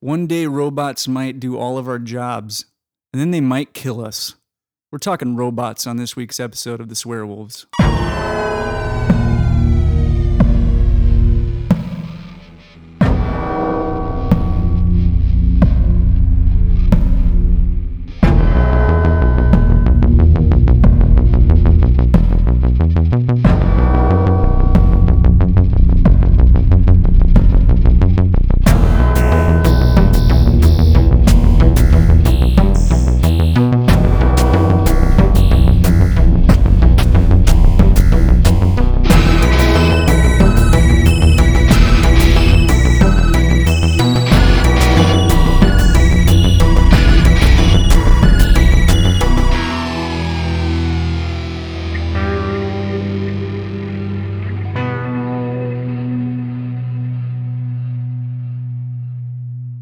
One day robots might do all of our jobs, and then they might kill us. We're talking robots on this week's episode of The Swearwolves.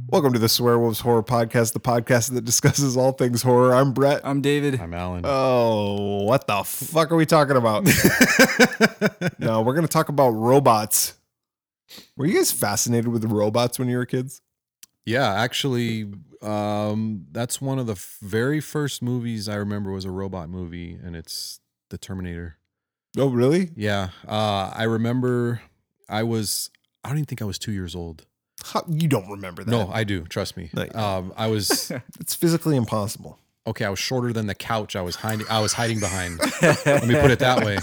Welcome to the Swearwolves Horror Podcast, the podcast that discusses all things horror. I'm Brett. I'm David. I'm Alan. Oh, what the fuck are we talking about? no, we're going to talk about robots. Were you guys fascinated with robots when you were kids? yeah, actually, um, that's one of the f- very first movies I remember was a robot movie, and it's The Terminator. Oh, really? Yeah, uh, I remember I was, I don't even think I was two years old. How, you don't remember that. No, I do. Trust me. Like- Um, I was it's physically impossible. okay. I was shorter than the couch I was hiding. I was hiding behind. Let me put it that way.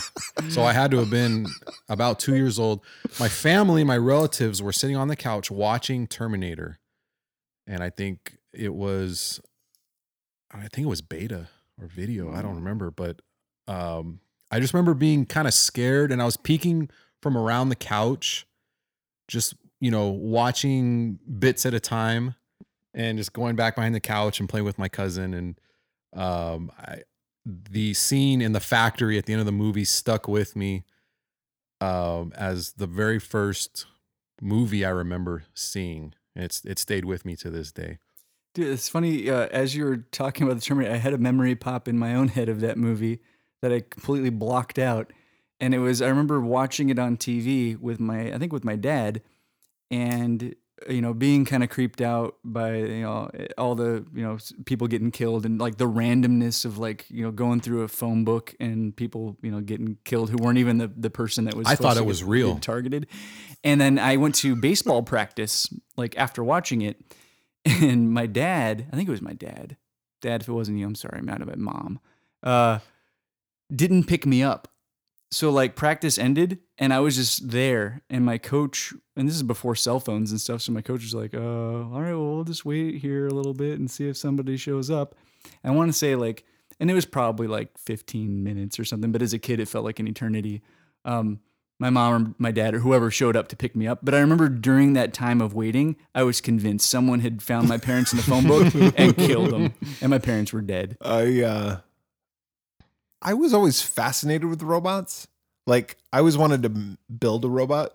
So I had to have been about two years old. My family, my relatives were sitting on the couch watching Terminator. And I think it was, I think it was beta or video. I don't remember. But um, I just remember being kind of scared and I was peeking from around the couch, just, you know, watching bits at a time and just going back behind the couch and playing with my cousin. And um, I, the scene in the factory at the end of the movie stuck with me um, as the very first movie I remember seeing. And it's it stayed with me to this day. Dude, it's funny. Uh, as you were talking about the Terminator, I had a memory pop in my own head of that movie that I completely blocked out. And it was, I remember watching it on TV with my, I think with my dad, and, you know, being kind of creeped out by, you know, all the, you know, s- people getting killed and like the randomness of like, you know, going through a phone book and people, you know, getting killed who weren't even the, the person that was. I thought supposed to it was get real. Targeted. And then I went to baseball practice, like after watching it. And my dad, I think it was my dad. Dad, if it wasn't you, I'm sorry, I'm out of it. Mom, uh, didn't pick me up. So like practice ended, and I was just there. And my coach, and this is before cell phones and stuff, so my coach was like, "Uh, all right, well, we'll just wait here a little bit and see if somebody shows up." I want to say like, and it was probably like 15 minutes or something, but as a kid, it felt like an eternity. Um, my mom or my dad or whoever showed up to pick me up. But I remember during that time of waiting, I was convinced someone had found my parents in the phone book and killed them, and my parents were dead. I uh I was always fascinated with robots. Like I always wanted to m- build a robot.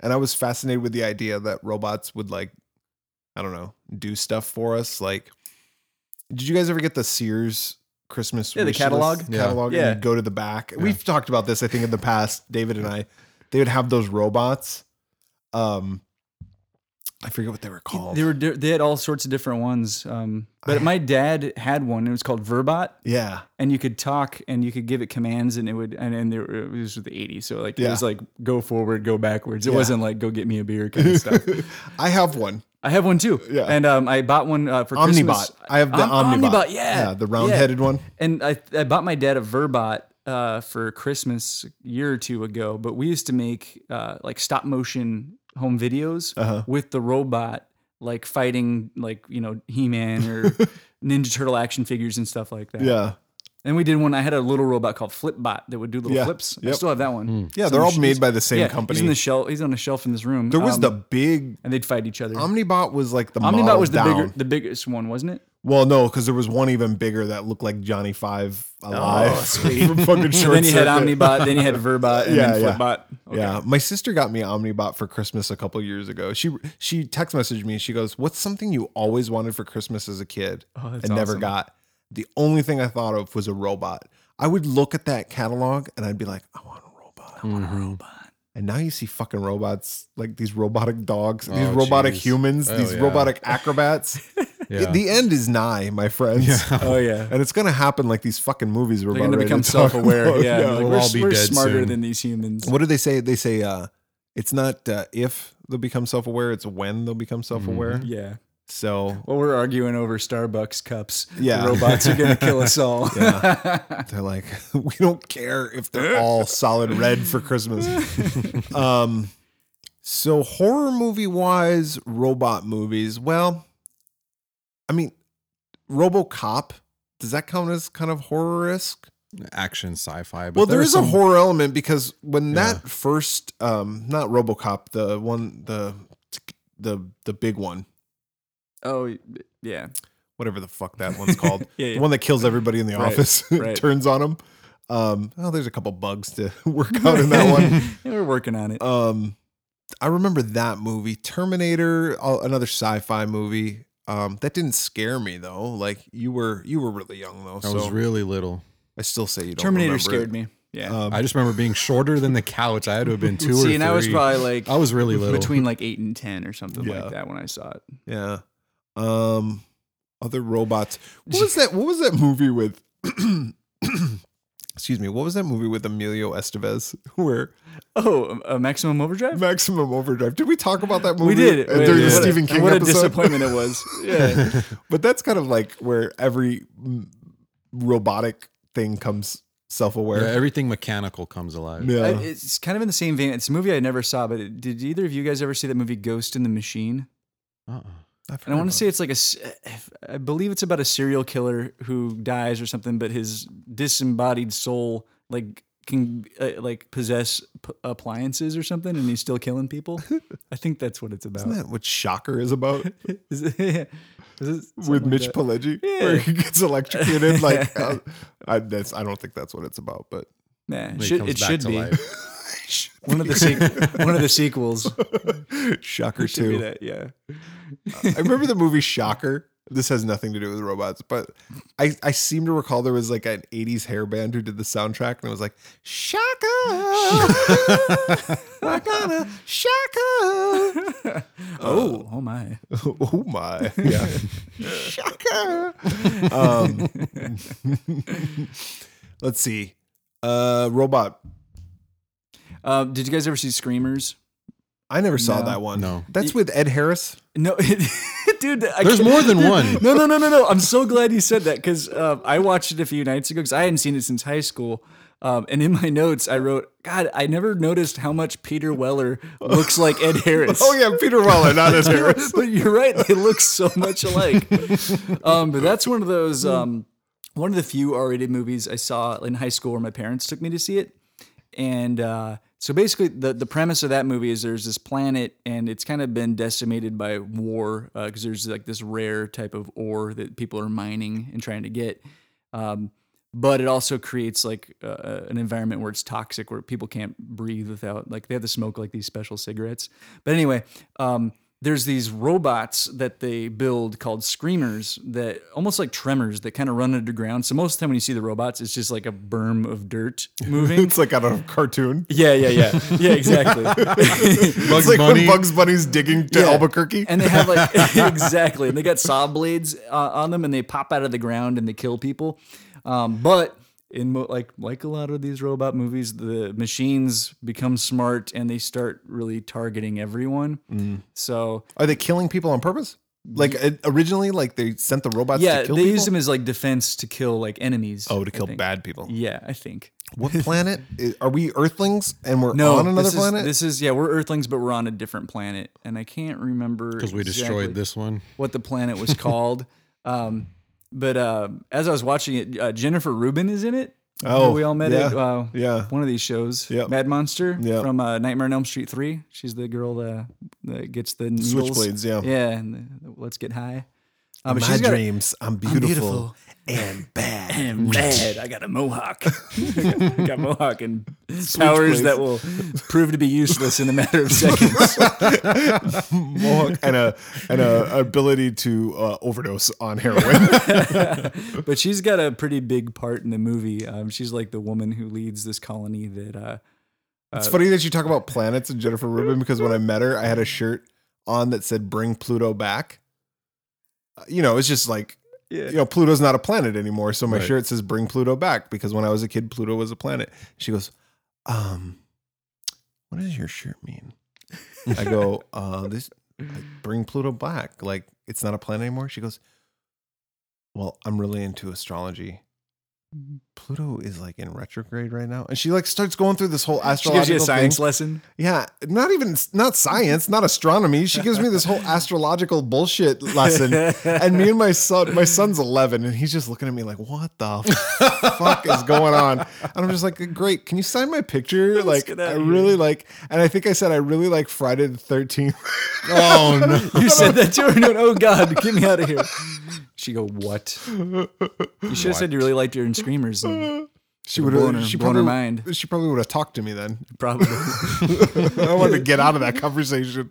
And I was fascinated with the idea that robots would like I don't know, do stuff for us like Did you guys ever get the Sears Christmas Yeah, the wish list- catalog? Yeah. catalog Yeah. and you'd go to the back. We've talked about this I think in the past, David and I. They would have those robots. Um I forget what they were called. They were di- they had all sorts of different ones. Um, but my dad had one. It was called Verbot, yeah. and you could talk and you could give it commands, and it would. And, and there, it was the '80s, so like it Yeah. was like go forward, go backwards. It Yeah. wasn't like go get me a beer kind of stuff. I have one. I have one too. Yeah. And um, I bought one uh, for Omnibot. Christmas. I have the Om- Omnibot. Yeah. the yeah. round-headed one. And I, I bought my dad a Verbot uh, for Christmas a year or two ago, but we used to make uh, like stop motion home videos Uh-huh. with the robot, like fighting like, you know, He Man or Ninja Turtle action figures and stuff like that. Yeah. And we did one, I had a little robot called Flipbot that would do little Yeah, flips. I yep. still have that one. Yeah, It's they're on all the sh- made by the same yeah, company. He's, in the shel- he's on a shelf in this room. there was um, the big and they'd fight each other. Omnibot was like the Omnibot model was the down. bigger, the biggest one, wasn't it? well, no, because there was one even bigger that looked like Johnny Five alive. From fucking short Oh, then you had Circuit. Omnibot, then you had Verbot, and Yeah, then yeah. Flipbot. Yeah, my sister got me Omnibot for Christmas a couple years ago. She she text messaged me. She goes, "What's something you always wanted for Christmas as a kid Oh, and that's never awesome. got?" The only thing I thought of was a robot. I would look at that catalog and I'd be like, "I want a robot. I want a robot." And now you see fucking robots, like these robotic dogs, these Oh, robotic geez. humans, Oh, these yeah. robotic acrobats. Yeah. The end is nigh, my friends. Yeah. Oh yeah. And it's gonna happen like these fucking movies we're They're about gonna ready become to talk self-aware. about. Yeah, like, We'll we're, all be we're dead smarter soon. than these humans. What do they say? They say uh it's not uh, if they'll become self-aware, it's when they'll become self-aware. Yeah. So Well, we're arguing over Starbucks cups. Yeah. The robots are gonna kill us all. they're like, we don't care if they're all solid red for Christmas. um, so horror movie wise, robot movies. Well, I mean, RoboCop. Does that count as kind of horror esque? Action sci-fi. But Well, there are is some- a horror element because when Yeah. that first, um, not RoboCop, the one, the the the big one, Oh yeah. whatever the fuck that one's called, Yeah, the yeah. one that kills everybody in the Right, office, right. turns on them. Um, oh, there's a couple bugs to work out in that one. Yeah, we're working on it. Um, I remember that movie, Terminator, uh, another sci-fi movie. Um, that didn't scare me though. Like you were, you were really young though, I so was really little. I still say you don't. Terminator remember scared it. me. Yeah. Um, I just remember being shorter than the couch. I had to have been two or See, three. and I was probably like I was really little. between like eight and ten or something Yeah. like that when I saw it. yeah. Um, other robots. What was that? What was that movie with? Excuse me. What was that movie with Emilio Estevez? Where Oh, a maximum overdrive. Maximum Overdrive? Did we talk about that We movie? did uh, Wait, during what the a- Stephen King What episode? a disappointment it was. Yeah. But that's kind of like where every mm, robotic thing comes Yeah, self-aware. everything mechanical comes alive. Yeah. I- it's kind of in the same vein. It's a movie I never saw, but it, did either of you guys ever see that movie Ghost in the Machine? Uh-uh. And I want to say it's like a, s- I believe it's about a serial killer who dies or something, but his disembodied soul like can uh, like possess p- appliances or something, and he's still killing people. I think that's what it's Isn't about. that what Shocker is about Is it- is it something with like Mitch that? Pileggi, Yeah. where he gets electrocuted? Like, uh, I, that's, I don't think that's what it's about, but Nah, it It should, comes it back should to be life. one of the sequ- one of the sequels. Shocker It should be too. that, yeah. I remember the movie Shocker. This has nothing to do with robots, but I, I seem to recall there was like an 80s hair band who did the soundtrack and it was like, Shocker! We're gonna Shocker! Uh, oh, oh my! oh my yeah shocker um, let's see uh robot Uh, did you guys ever see Screamers? i never saw No. that one No. that's with ed harris No, dude. I There's can't- more than dude, one. No, no, no, no, no. I'm so glad you said that because um, I watched it a few nights ago because I hadn't seen it since high school. Um, and in my notes, I wrote, "God, I never noticed how much Peter Weller looks like Ed Harris." oh yeah peter weller not ed harris but you're right; they look so much alike. Um, but that's one of those, um, one of the few R-rated movies I saw in high school where my parents took me to see it. And uh, so basically, the the premise of that movie is there's this planet, and it's kind of been decimated by war because there's like this rare type of ore that people are mining and trying to get. Um, but it also creates like uh, an environment where it's toxic, where people can't breathe without like they have to smoke like these special cigarettes. But anyway, um, there's these robots that they build called screamers that almost like tremors that kind of run underground. So most of the time when you see the robots, it's just like a berm of dirt moving. it's like out of a cartoon Yeah, yeah, yeah, yeah, exactly. Bugs it's like when bugs bunny's digging to Yeah. albuquerque and they have like exactly, and they got saw blades uh, on them, and they pop out of the ground and they kill people. Um, but in mo- like like a lot of these robot movies, the machines become smart and they start really targeting everyone. So are they killing people on purpose like it- originally like they sent the robots yeah, to they kill people use them as like defense to kill like enemies. oh to kill I think. bad people Yeah, I think. what planet I- are we earthlings and we're No, on another this is- planet this is yeah, we're Earthlings, but we're on a different planet, and I can't remember Because we destroyed this one. what the planet was called. um, but uh, as I was watching it, uh, Jennifer Rubin is in it. Oh, Remember we all met yeah, at uh, yeah. one of these shows. Yep. Mad Monster Yep. from uh, Nightmare on Elm Street three. She's the girl that, that gets the needles. Switchblades, yeah. yeah, and the, let's get high. Um, my she's got a- dreams i'm beautiful beautiful and bad I'm bad. I got a mohawk. I got, I got mohawk and powers Switchblades. that will prove to be useless in a matter of seconds. mohawk and a and a ability to uh, overdose on heroin. but she's got a pretty big part in the movie. Um, she's like the woman who leads this colony that uh, It's Uh, funny that you talk about planets and Jennifer Rubin because when I met her, I had a shirt on that said "Bring Pluto back." Uh, You know, it's just like Yeah. you know, Pluto's not a planet anymore. So my Right. shirt says "Bring Pluto back" because when I was a kid, Pluto was a planet. She goes, "Um, what does your shirt mean?" I go, "Uh, this like, bring Pluto back. Like it's not a planet anymore." She goes, "Well, I'm really into astrology." Mm-hmm. Pluto is like in retrograde right now, and she like starts going through this whole She gives astrological you a thing. science lesson. Yeah, not even not science, not astronomy. She gives me this whole astrological bullshit lesson. And me and my son, my son's 11, and he's just looking at me like, "What the fuck is going on?" And I'm just like, "Great, can you sign my picture?" like, get I out of here. really like, and I think I said I really like Friday the 13th. Oh no. you said that to her. and went, oh God, get me out of here. She go what? You should have said you really liked her in Screamers. And She Would've would've- blown her- she blown probably, her mind. She probably would have talked to me then. probably. I wanted to get out of that conversation.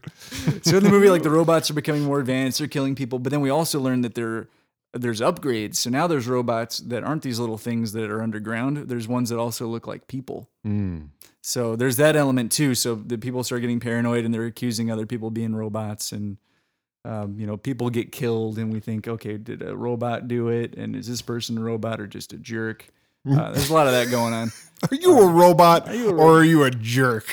so in the movie, like the robots are becoming more advanced, they're killing people, but then we also learn that there there's upgrades. So now there's robots that aren't these little things that are underground. There's ones that also look like people. Mm. So there's that element too. So the people start getting paranoid and they're accusing other people of being robots and um, you know, people get killed and we think, okay, did a robot do it? And is this person a robot or just a jerk? Uh, there's a lot of that going on. Are you a robot or are you a jerk?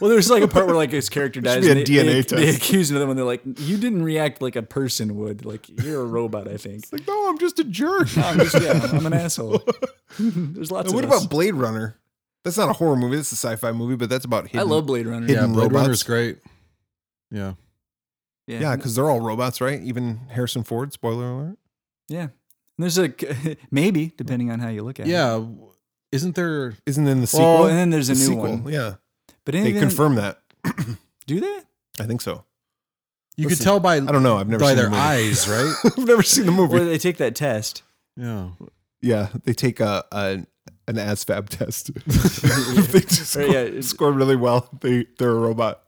Well, there's like a part where like his character dies. be and a they, they, DNA They test. accuse another one. They're like, you didn't react like a person would. Like you're a robot. I think. Like, no, I'm just a jerk. I'm just, yeah, I'm an asshole. there's lots Now, of. what us. about Blade Runner? That's not a horror movie. That's a sci-fi movie, but that's about I hidden. love Blade Runner. hidden Yeah, Blade robots. Runner's great. Yeah. yeah, because they're all robots, right? Even Harrison Ford. Spoiler alert. yeah. There's a maybe depending on how you look at it. Yeah. Isn't there Isn't in the sequel. Well, and then there's a The new sequel, one. Yeah, But they anything, confirm that. do they? I think so. you could Listen, tell by I don't know. I've never by seen their the movie. eyes, right? I've never seen the movie. Or they take that test. yeah. yeah, they take a, a an ASFAB test. If they just Or, score, yeah, it's- score really well. They they're a robot.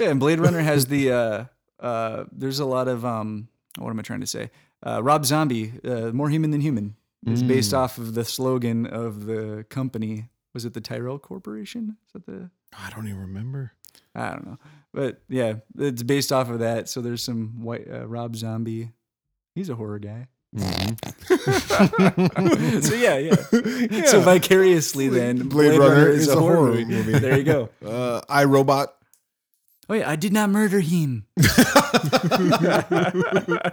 Yeah, and Blade Runner has the uh, uh, there's a lot of um, what am I trying to say? Uh, Rob Zombie, uh, more human than human, is based off of the slogan of the company. Was it the Tyrell Corporation? Is that the I don't even remember. I don't know, but yeah, it's based off of that. So there's some white uh, Rob Zombie. He's a horror guy. so yeah, Mm-hmm. yeah, So Yeah. vicariously, then Blade, Runner, is, a, horror, movie. There you go. Uh, I Robot. Oh yeah, I did not murder him. a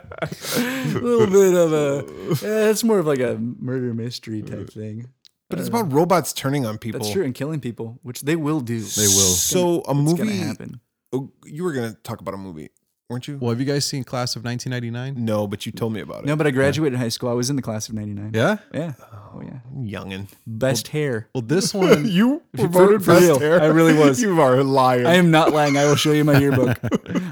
little bit of a. Yeah, it's more of like a murder mystery type Uh, thing. But it's about robots turning on people. Uh, That's true, and killing people, which they will do. They will. So a It's movie. gonna happen. Oh, you were gonna talk about a movie, weren't you? Well, have you guys seen Class of 1999? No, but you told me about it. No, but I graduated high school. I was in the class of '99. Yeah. Yeah. Oh yeah. youngin. Best hair. Well, this Um, one You were for- voted for best real. hair? I really was. You are a liar. I am not lying. I will show you my yearbook.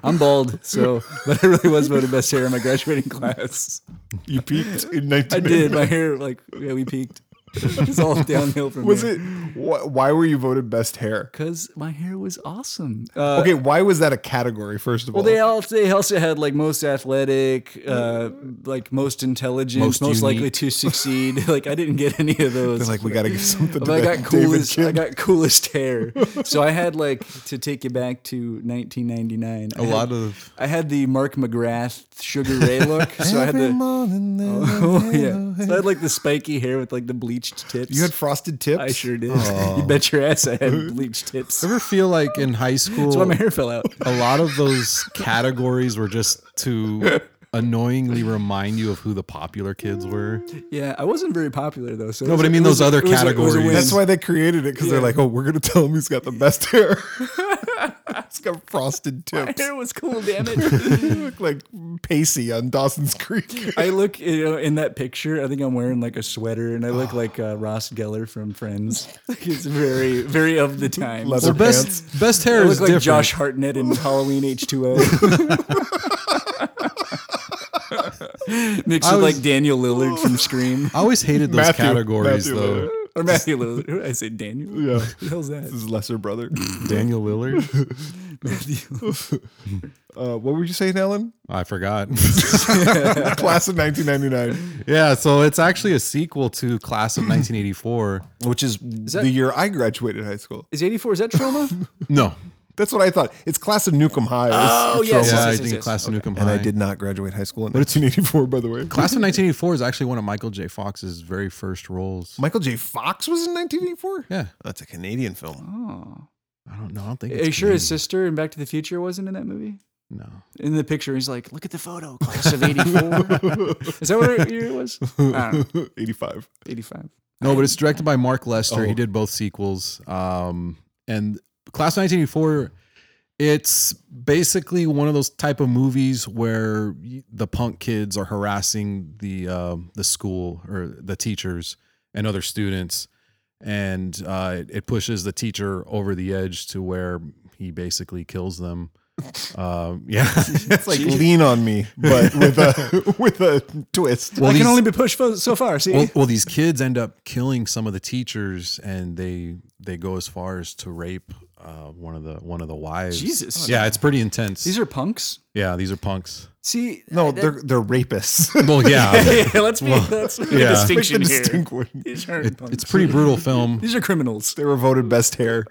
I'm bald, so but I really was voted best hair in my graduating class. you peaked in I 19. did. My hair, like, yeah, we peaked. It's all downhill from Was there. it? Wh- why were you voted best hair? Because my hair was awesome. Uh, Okay, why was that a category? First of Well, all, they also they also had like most athletic, uh, like most intelligent, most, Most likely unique. to succeed. like I didn't get any of those. They're like we got to give something. to But I that got David coolest. I kid. got coolest hair. so I had like to take you back to 1999. a lot of I had the Mark McGrath Sugar Ray look. so I had Every the morning there oh was yellow yeah. hair. So I had like the spiky hair with like the bleached tips. You had frosted tips. I sure did. you bet your ass I had bleached tips. ever feel like in high school That's why my hair fell out. a lot of those categories were just to annoyingly remind you of who the popular kids were. Yeah, I wasn't very popular though. So No, but I mean those other categories. That's why they created it because they're Yeah. like, oh, we're gonna tell him he's got the best hair. it's got frosted my tips. hair was cool. Damn it! you look like Pacey on Dawson's Creek. I look, you know, in that picture, I think I'm wearing like a sweater, and I look like uh, Ross Geller from Friends. Like, it's very, very of the time. Leather Well, best pants. best hair I is look like different. Josh Hartnett in Halloween H2O. Mixed I with was- like Daniel Lillard from Scream. I always hated those Matthew- categories Matthew though. Lillard. Or Matthew Lillard. Who did I say Daniel? Yeah. Who the hell's that? His lesser brother. Daniel Lillard. Matthew. Uh, what were you saying, Ellen? I forgot. Class of 1999, yeah, so it's actually a sequel to Class of 1984. which is, that- the year I graduated high school. Is 84, is that trauma? No. That's what I thought. It's Class of Newcomb High. Oh, yes, yeah, yes, I yes, think yes. Class of Okay. Newcomb And I High. did not graduate high school in 1984, by the way. Class of 1984 is actually one of Michael J. Fox's very first roles. Michael J. Fox was in 1984? Yeah, That's a Canadian film. oh. I don't know. I don't think. Are it's you sure his Canadian. sister in Back to the Future wasn't in that movie? No. In the picture, he's like, look at the photo, class of 84. is that what her year it was? I don't know, 85. 85. No, but it's directed by Mark Lester. Oh. He did both sequels. Um, and Class of 1984, it's basically one of those type of movies where y- the punk kids are harassing the um the school or the teachers and other students, and uh, it- it pushes the teacher over the edge to where he basically kills them. Um, yeah, It's like Lean on Me, but with a with a twist. I these- can only be pushed fo- so far. See, well, well, these kids end up killing some of the teachers, and they they go as far as to rape uh, one of the one of the wives. Jesus. Yeah, it's pretty intense. these are punks. yeah, these are punks. See, No, that- they're they're rapists. Well, yeah, Hey, let's be that's the Uh, yeah. Make the distinction here. distinct one. These aren't it, punks. it's a pretty brutal film. These are criminals. They were voted best hair.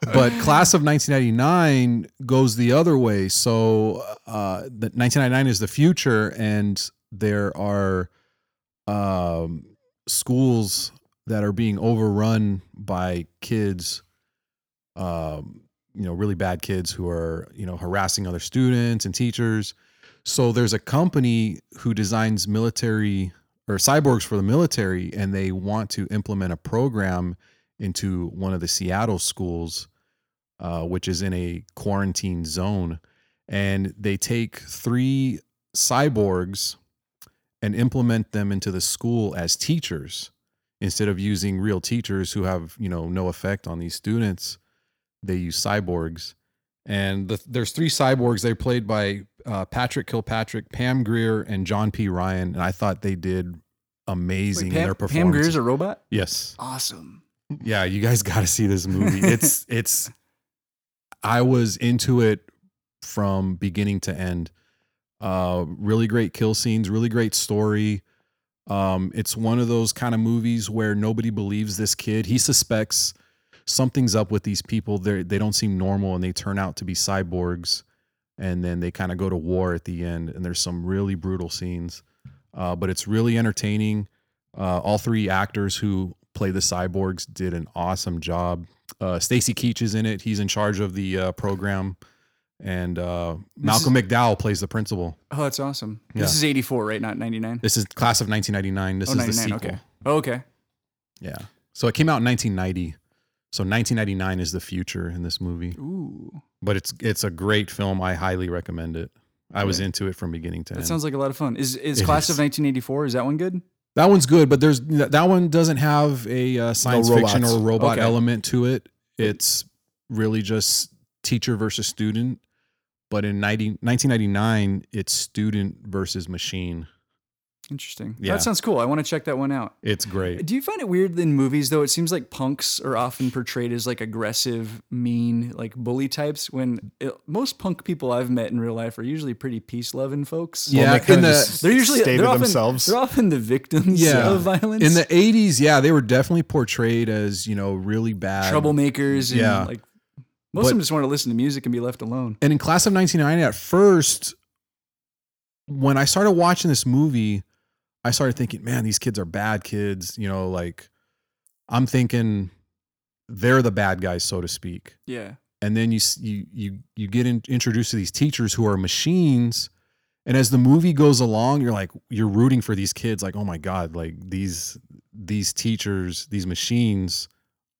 But class of 1999 goes the other way. So uh, the 1999 is the future, and there are um, schools that are being overrun by kids. Um, you know, really bad kids who are you know harassing other students and teachers. So there's a company who designs military or cyborgs for the military, and they want to implement a program into one of the Seattle schools, uh, which is in a quarantine zone. And they take three cyborgs and implement them into the school as teachers instead of using real teachers who have you know no effect on these students they use cyborgs and the, there's three cyborgs they're played by uh, patrick kilpatrick pam greer and john p ryan and i thought they did amazing Wait, in Pam, their Pam performance Greer's a robot. yes Awesome. yeah, you guys got to see this movie. It's it's I was into it from beginning to end. Uh really great kill scenes, really great story. Um it's one of those kind of movies where nobody believes this kid. He suspects something's up with these people. They they don't seem normal and they turn out to be cyborgs and then they kind of go to war at the end and there's some really brutal scenes. Uh but it's really entertaining. Uh, all three actors who play the cyborgs did an awesome job. Uh, Stacy Keach is in it. He's in charge of the uh, program, and uh, Malcolm McDowell plays the principal. Oh, that's awesome. Yeah. This is 84, right? Not 99. This is class of 1999. This oh, is 99. the sequel. Okay. Oh, okay. Yeah. So it came out in 1990. So 1999 is the future in this movie, Ooh, but it's it's a great film. I highly recommend it. I was Yeah. into it from beginning to that end. sounds like a lot of fun. Is is It class is. of 1984? Is that one good? That one's good, but there's that one doesn't have a uh, science fiction robots. or robot Okay. element to it. It's really just teacher versus student. But in 90, 1999, it's student versus machine. Interesting. Yeah. That sounds cool. I want to check that one out. It's great. Do you find it weird in movies though? It seems like punks are often portrayed as like aggressive, mean, like bully types. When it, most punk people I've met in real life are usually pretty peace loving folks. they Yeah, kinda in the- just they're usually stay to they're often, themselves. They're often the victims Yeah. of violence. In the 80s, yeah, they were definitely portrayed as, you know, really bad. troublemakers. And Yeah. like most of them just want to listen to music and be left alone. And in class of 1990, at first, when I started watching this movie, I started thinking, man, these kids are bad kids. You know, like I'm thinking they're the bad guys, so to speak. Yeah, And then you s- you you you get in, introduced to these teachers who are machines. And as the movie goes along, you're like you're rooting for these kids. Like, oh my god, like these these teachers, these machines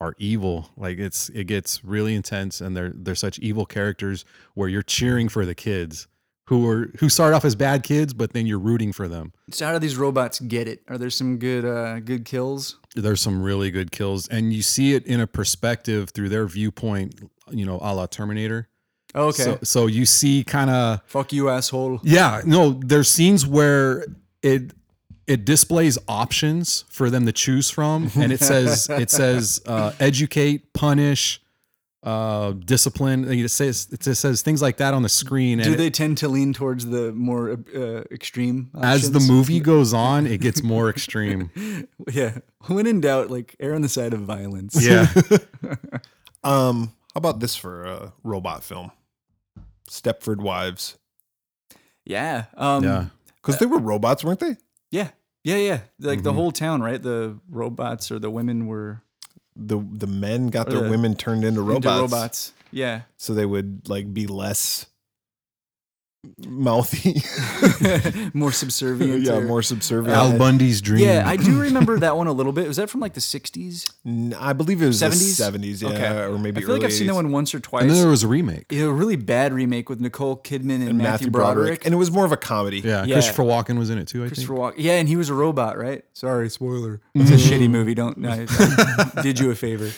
are evil. Like it's it gets really intense, and they're they're such evil characters where you're cheering for the kids who are who start off as bad kids, but then you're rooting for them. so how do these robots get it? Are there some good uh, good kills? There's some really good kills, and you see it in a perspective through their viewpoint, you know, a la Terminator. Oh, Okay, So, so you see kind of fuck you, asshole. Yeah, no, there's scenes where it it displays options for them to choose from, and it says it says uh, educate, punish, uh, discipline. It says it just says things like that on the screen. Do And they tend to lean towards the more uh, extreme? as the options? movie goes on, it gets more extreme. yeah. When in doubt, like err on the side of violence. Yeah, Um, how about this for a robot film? Stepford Wives, Yeah. Um, yeah. yeah. because they were robots, weren't they? Yeah. Yeah. Like Mm-hmm. the whole town, right? The robots or the women were The the men got their the- women turned into into robots, robots. Yeah. so they would like be less mouthy, more subservient. yeah, or- more subservient. Al Bundy's dream. Yeah, I do remember that one a little bit. Was that from like the 60s? N- I believe it was 70s? the 70s, yeah, Okay. or maybe I feel early like I've seen that 80s. one once or and then twice. there was a remake. Yeah, a really bad remake with Nicole Kidman and, And Matthew, Matthew Broderick. and it was more of a comedy. Yeah, Yeah. Christopher Walken was in it too. I Christopher think. Walken. Yeah, and he was a robot, right? Sorry, spoiler. It's Mm-hmm. a Mm-hmm. shitty movie. Don't. I, I did you a favor?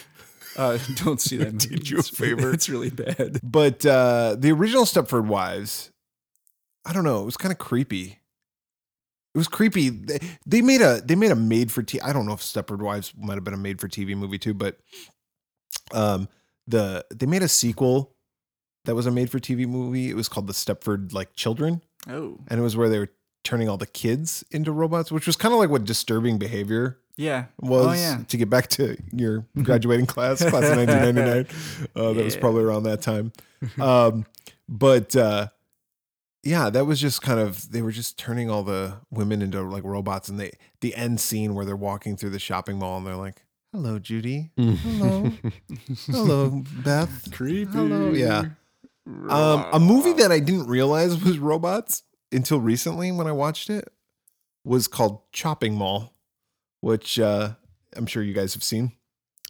Uh, don't see that movie. Did you a It's really- favor? It's really bad. But uh, the original Stepford Wives, I don't know, it was kind of creepy. It was creepy. They, they made a they made a made for TV. I don't know if Stepford Wives might have been a made for TV movie too, but um, the they made a sequel that was a made for TV movie. It was called the Stepford like Children, Oh. and it was where they were turning all the kids into robots, which was kind of like what disturbing behavior Yeah. was Oh yeah. to get back to your graduating class, class of 1999. Uh, That was Yeah. probably around that time. Um, but uh, yeah, that was just kind of they were just turning all the women into like robots, and they the end scene where they're walking through the shopping mall and they're like, "Hello, Judy. Mm-hmm. Hello, hello, Beth. Creepy. Hello, yeah." Um, a movie that I didn't realize was robots until recently when I watched it was called Chopping Mall, which uh, I'm sure you guys have seen.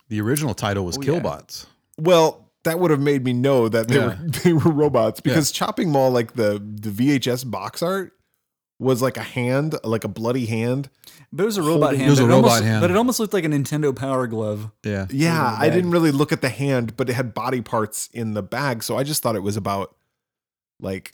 The original title was Oh, yeah. Killbots. Well, that would have made me know that they Yeah. were they were robots because Chopping Mall, like the the VHS box art, was like a hand, like a bloody hand. But it was a robot Holding- hand. It was but a it almost- robot hand. But it almost looked like a Nintendo Power Glove. Yeah. Yeah, Little I bag. didn't really look at the hand, but it had body parts in the bag, so I just thought it was about like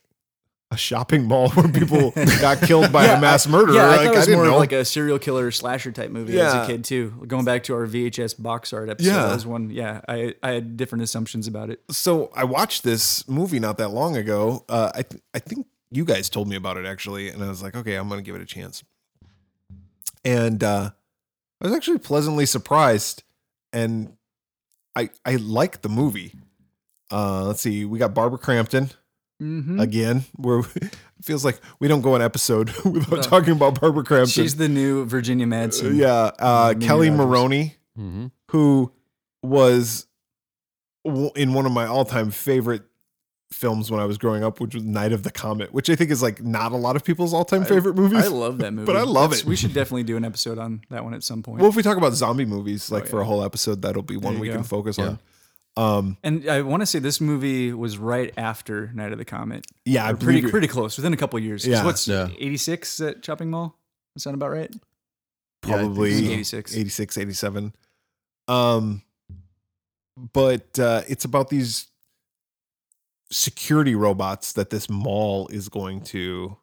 a shopping mall where people got killed by Yeah, a mass murderer. yeah, I like, thought it was didn't more of know. like a serial killer slasher type movie as Yeah. a kid too. Going back to our VHS box art episode, Yeah. that was one. Yeah, I I had different assumptions about it. so I watched this movie not that long ago. Uh, I th- I think you guys told me about it actually, and I was like, okay, I'm gonna give it a chance. And uh, I was actually pleasantly surprised, and I I like the movie. Uh, let's see, we got Barbara Crampton Mm-hmm. again. Where it feels like we don't go an episode without talking about Barbara Crampton. She's the new Virginia Madsen. yeah, uh, Mimi Kelly Rogers. Maroney Mm-hmm. who was w- in one of my all-time favorite films when I was growing up, which was Night of the Comet, which I think is like not a lot of people's all-time favorite movies. I love that movie, But I love it. We should definitely do an episode on that one at some point. well, if we talk about zombie movies, like Oh, for yeah. a whole episode, that'll be one you we go. can focus Yeah. on. Um, and I want to say this movie was right after Night of the Comet. yeah, I Or pretty believe you- pretty close, within a couple years. 'Cause Yeah. What's Yeah. 86 at Chopping Mall? Does that sound about right? Yeah, I think probably so. 86. 86, 87. Um, but uh, it's about these security robots that this mall is going to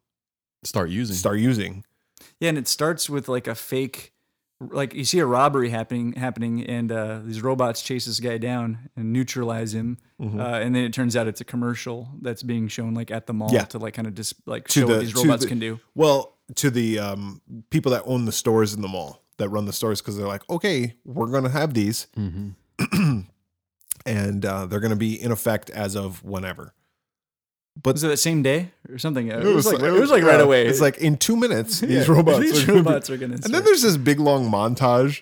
Start using. start using. Yeah, and it starts with like a fake, like you see a robbery happening, happening, and uh, these robots chase this guy down and neutralize him, Mhm. uh, and then it turns out it's a commercial that's being shown like at the mall Yeah. to like kind of just like To show what the- these to robots the- can do. Well, to the um, people that own the stores in the mall that run the stores, because they're like, okay, we're going to have these, Mm-hmm. and uh, they're going to be in effect as of whenever. Was it that same day or something? It, was, like it was like right yeah, away. It's like in two minutes, Yeah, these robots. are These gonna be- robots are gonna. and then start- there's this big long montage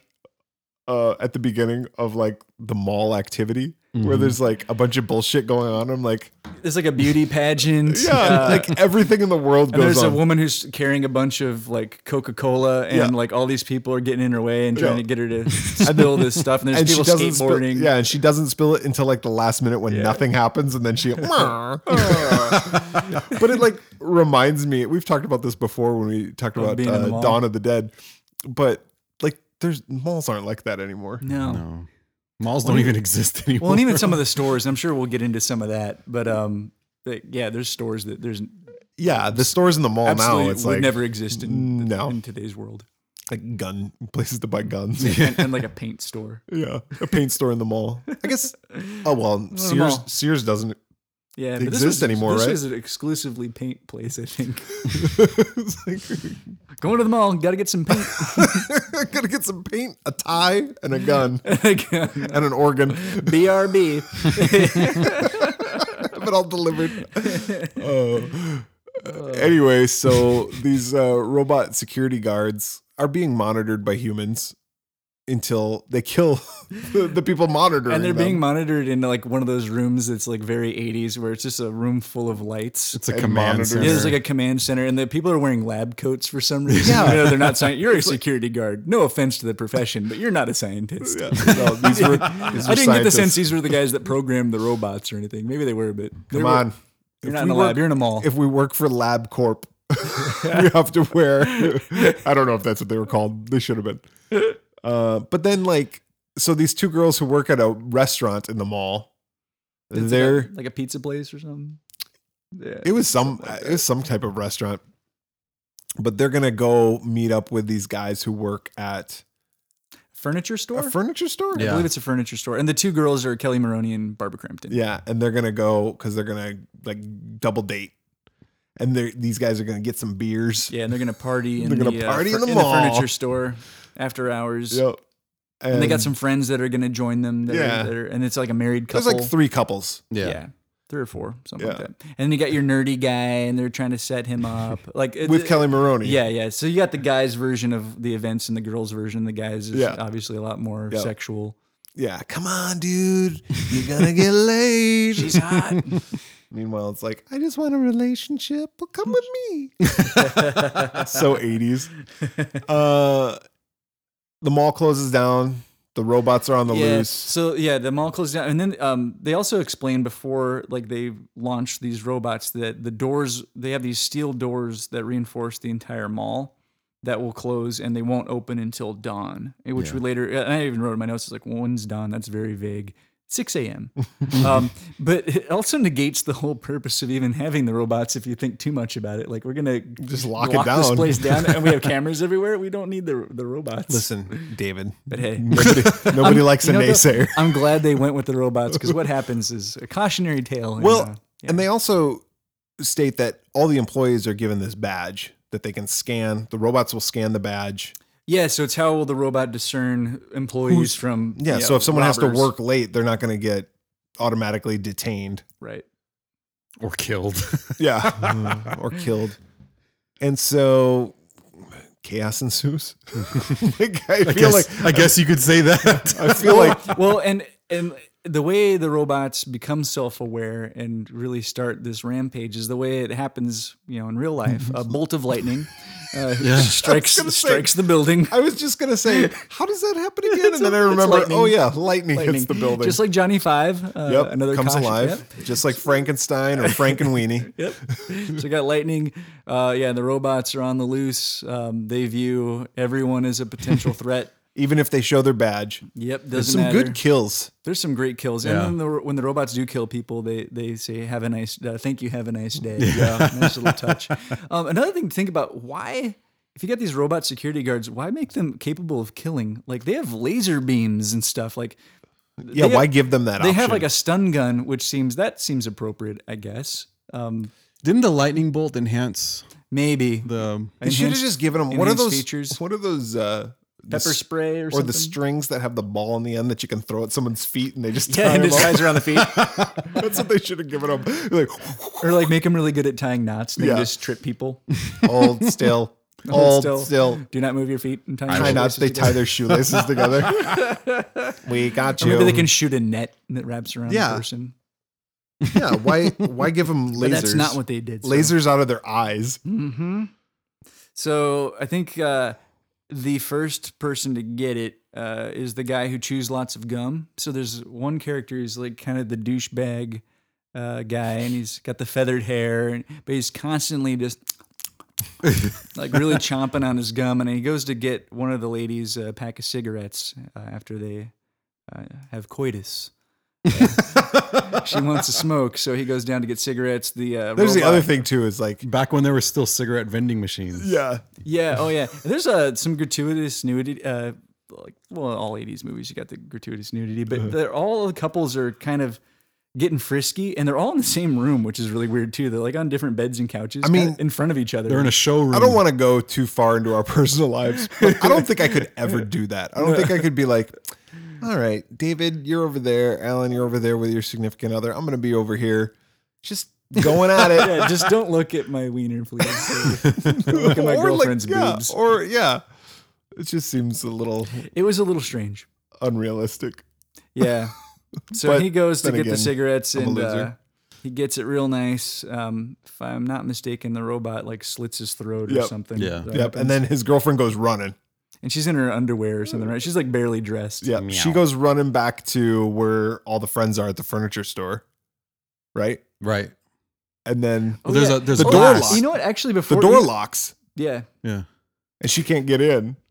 uh, at the beginning of like the mall activity where Mm-hmm. Mhm. there's like a bunch of bullshit going on. I'm like, there's like a beauty pageant. yeah, uh, like everything in the world and goes there's on. a woman who's carrying a bunch of like Coca Cola, and Yeah. like all these people are getting in her way and trying to Yeah. get her to spill this stuff. And there's people skateboarding. spill- yeah, and she doesn't spill it until like the last minute when nothing happens, and then she. but it like reminds me. We've talked about this before when we talked about being in the uh, mall. Dawn of the Dead, but like there's malls aren't like that anymore. No. No. Malls don't even exist anymore. Well, and even some of the stores, and I'm sure we'll get into some of that, but um, but, yeah, there's stores that there's Yeah, the stores in the mall absolutely now it's would like never exist in, no. in today's world. like gun places to buy guns. and, and like a paint store. yeah, a paint store in the mall. I guess. Oh well, Sears mall. Sears doesn't. Yeah, They but this exist was, anymore, this right? was an exclusively paint place, I think. it's like, Going to the mall, gotta get some paint. I gotta get some paint, a tie, and a gun, Again, and an organ. BRB. but all delivered. Uh, anyway, so these uh, robot security guards are being monitored by humans until they kill the, the people monitoring And they're them. being monitored in like one of those rooms that's like very 80s where it's just a room full of lights. It's a And command monitors. center. Yeah, there's like a command center, and the people are wearing lab coats for some reason. Yeah, they're not. Sci- you're a security guard. No offense to the profession, but you're not a scientist. Yeah, no, these were, these were I didn't get the scientists. sense these were the guys that programmed the robots or anything. Maybe they were, but they Come were- on. you're If not in we a work- lab. You're in a mall. If we work for LabCorp, we have to wear. I don't know if that's what they were called. They should have been. Uh, but then, like, so these two girls who work at a restaurant in the mall, It's they're like, like a pizza place or something. Yeah. it was some it was some type of restaurant but they're gonna go meet up with these guys who work at Furniture store. a furniture store I Yeah. believe it's a furniture store, and the two girls are Kelly Maroney and Barbara Crampton. yeah and they're gonna go because they're gonna like double date and they're these guys are gonna get some beers Yeah, and they're gonna party. In They're gonna the, party uh, in fur- the the mall. furniture store after hours. Yep. And they got some friends that are going to join them. That Yeah. Are, that are, and it's like a married there's couple. like three couples yeah. yeah. Three or four, something like Yeah. that. And then you got your nerdy guy, and they're trying to set him up. Like it- with it- kelly maroney Yeah, yeah. So you got the guy's version of the events and the girl's version. The guy's is Yeah. obviously a lot more Yeah. sexual. yeah come on dude you're gonna get laid She's hot. meanwhile it's like i just want a relationship well come with me so 80s uh the mall closes down the robots are on the yeah. loose So yeah, the mall closed down, and then um, they also explained before like they launched these robots that the doors they have these steel doors that reinforce the entire mall that will close and they won't open until dawn. eh, Which we later and I even wrote in my notes it's like well, when's dawn? That's very vague. 6 a.m. um, but it also negates the whole purpose of even having the robots if you think too much about it. Like we're gonna Just lock it this down. place down, and we have cameras everywhere. We don't need the the robots. listen david but hey, nobody, nobody likes a Um, you know, naysayer I'm glad they went with the robots because what happens is a cautionary tale. and, well uh, and they also state that all the employees are given this badge that they can scan the robots will scan the badge yeah, so it's how will the robot discern employees from? yeah, you so know, if someone has robbers. to work late they're not going to get automatically detained right? Or killed. Yeah. Mm, or killed. And so chaos ensues. like, I, I feel guess, like I guess you could say that. I feel like well, and and the way the robots become self-aware and really start this rampage is the way it happens, you know, in real life. A bolt of lightning uh, strikes gonna say- strikes the building. I was just gonna say, how does that happen again? It's And then I a- it's remember, lightning. oh yeah, lightning, Lightning. hits the building. just like Johnny Five. Uh, yep, another comes caution- alive, yep. just like Frankenstein or Frankenweenie. Yep. so we got lightning. Uh, yeah, the robots are on the loose. Um, they view everyone as a potential threat. Even if they show their badge, Yep, doesn't there's some matter. good kills. There's some great kills, Yeah. and then the, when the robots do kill people, they they say have a nice, uh, thank you, have a nice day. nice little touch. Um, another thing to think about: why, if you got these robot security guards, why make them capable of killing? Like they have laser beams and stuff. Like Yeah, They why have- give them that? they option? have like a stun gun, which seems that seems appropriate, I guess. Um, Didn't the lightning bolt enhance maybe the? They should have enhanced just given them. What are enhanced those features? What are those? Uh, the pepper s- spray or, or something. the strings that have the ball on the end that you can throw at someone's feet and they just Yeah, tie and them his up? guys are on the feet. That's what they should have given up. Like or like make him really good at tying knots. They Yeah. can just trip people. hold still, hold, still. Do not move your feet and tie Tie your knots. knots. They tie their shoelaces together. we got you. Maybe they can shoot a net that wraps around Yeah. the person. yeah. Why? Why give them lasers? But that's not what they did. so- lasers out of their eyes. So I think uh, the first person to get it uh, is the guy who chews lots of gum. So there's one character who's like kind of the douchebag uh, guy, and he's got the feathered hair, and, but he's constantly just like really chomping on his gum. And he goes to get one of the ladies a pack of cigarettes uh, after they uh, have coitus. She wants to smoke, so he goes down to get cigarettes. The uh, There's the robot- other thing too. Is like, Back when there were still cigarette vending machines. yeah, Yeah. Oh, yeah. There's uh, some gratuitous nudity. Uh, like, well, all '80s movies, you got the gratuitous nudity, Uh-huh. but they're all the couples are kind of getting frisky, and they're all in the same room, which is really weird too. They're like on different beds and couches. I kinda mean, in front of each other. They're in a showroom. I don't want to go too far into our personal lives. But I don't think I could ever do that. I don't think I could be like, all right, David, you're over there. Alan, you're over there with your significant other. I'm going to be over here just going at it. yeah, just don't look at my wiener, please. Don't look at my like, girlfriend's yeah, boobs. Or, yeah. It just seems a little It was a little strange. unrealistic. Yeah. So But he goes to then get the again, cigarettes I'm a and loser. uh, he gets it real nice. Um, if I'm not mistaken, the robot like slits his throat or Yep. something. Yeah. That Yep. happens. And then his girlfriend goes running. and she's in her underwear or something, right? She's like barely dressed. Yeah. She Meow. goes running back to where all the friends are at the furniture store. Right. Right. And then Oh, there's yeah. a there's The a door glass. locked. You know what? Actually, the before door we- locks. Yeah. Yeah. and she can't get in.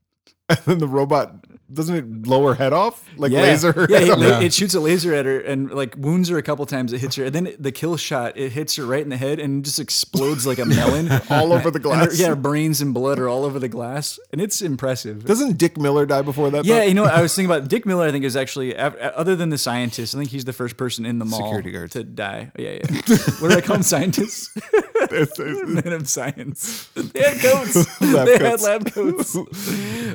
And then the robot doesn't it blow her head off like yeah. laser. Her Yeah, head it, off? la- it shoots a laser at her and like wounds her a couple times. It hits her, and then it- the kill shot it hits her right in the head and just explodes like a melon all over the And her- glass. yeah, her brains and blood are all over the glass, and it's impressive. Doesn't Dick Miller die before that? yeah, you know what I was thinking about Dick Miller. I think is actually af- other than the scientist. I think he's the first person in the mall Security guards. to die. Yeah, yeah. what do I call them? Scientists, though? men of science. They had coats. they had coats. lab coats.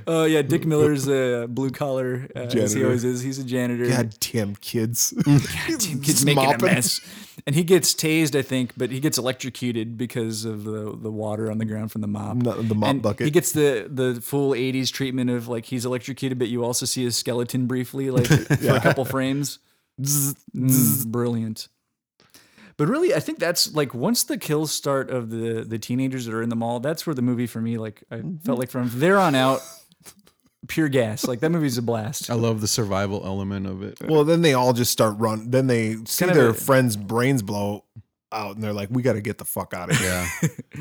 Oh yeah, Dick Miller's a blue collar, uh, as he Janitor. always is. He's a janitor. God damn kids. Team kid's making a mess. And he gets tased, I think, but he gets electrocuted because of the, the water on the ground from the mop. No, the mop And bucket. He gets the, the full 80s treatment of like he's electrocuted, but you also see his skeleton briefly, like for a couple frames. Mm, brilliant. But really, I think that's like once the kills start of the the teenagers that are in the mall, that's where the movie for me, like I Mm-hmm. felt like from there on out, pure gas. Like that movie's a blast. I love the survival element of it. Well, then they all just start run. Then they see Kind of their a- friends' brains blow out, and they're like, "We got to get the fuck out of here." Yeah.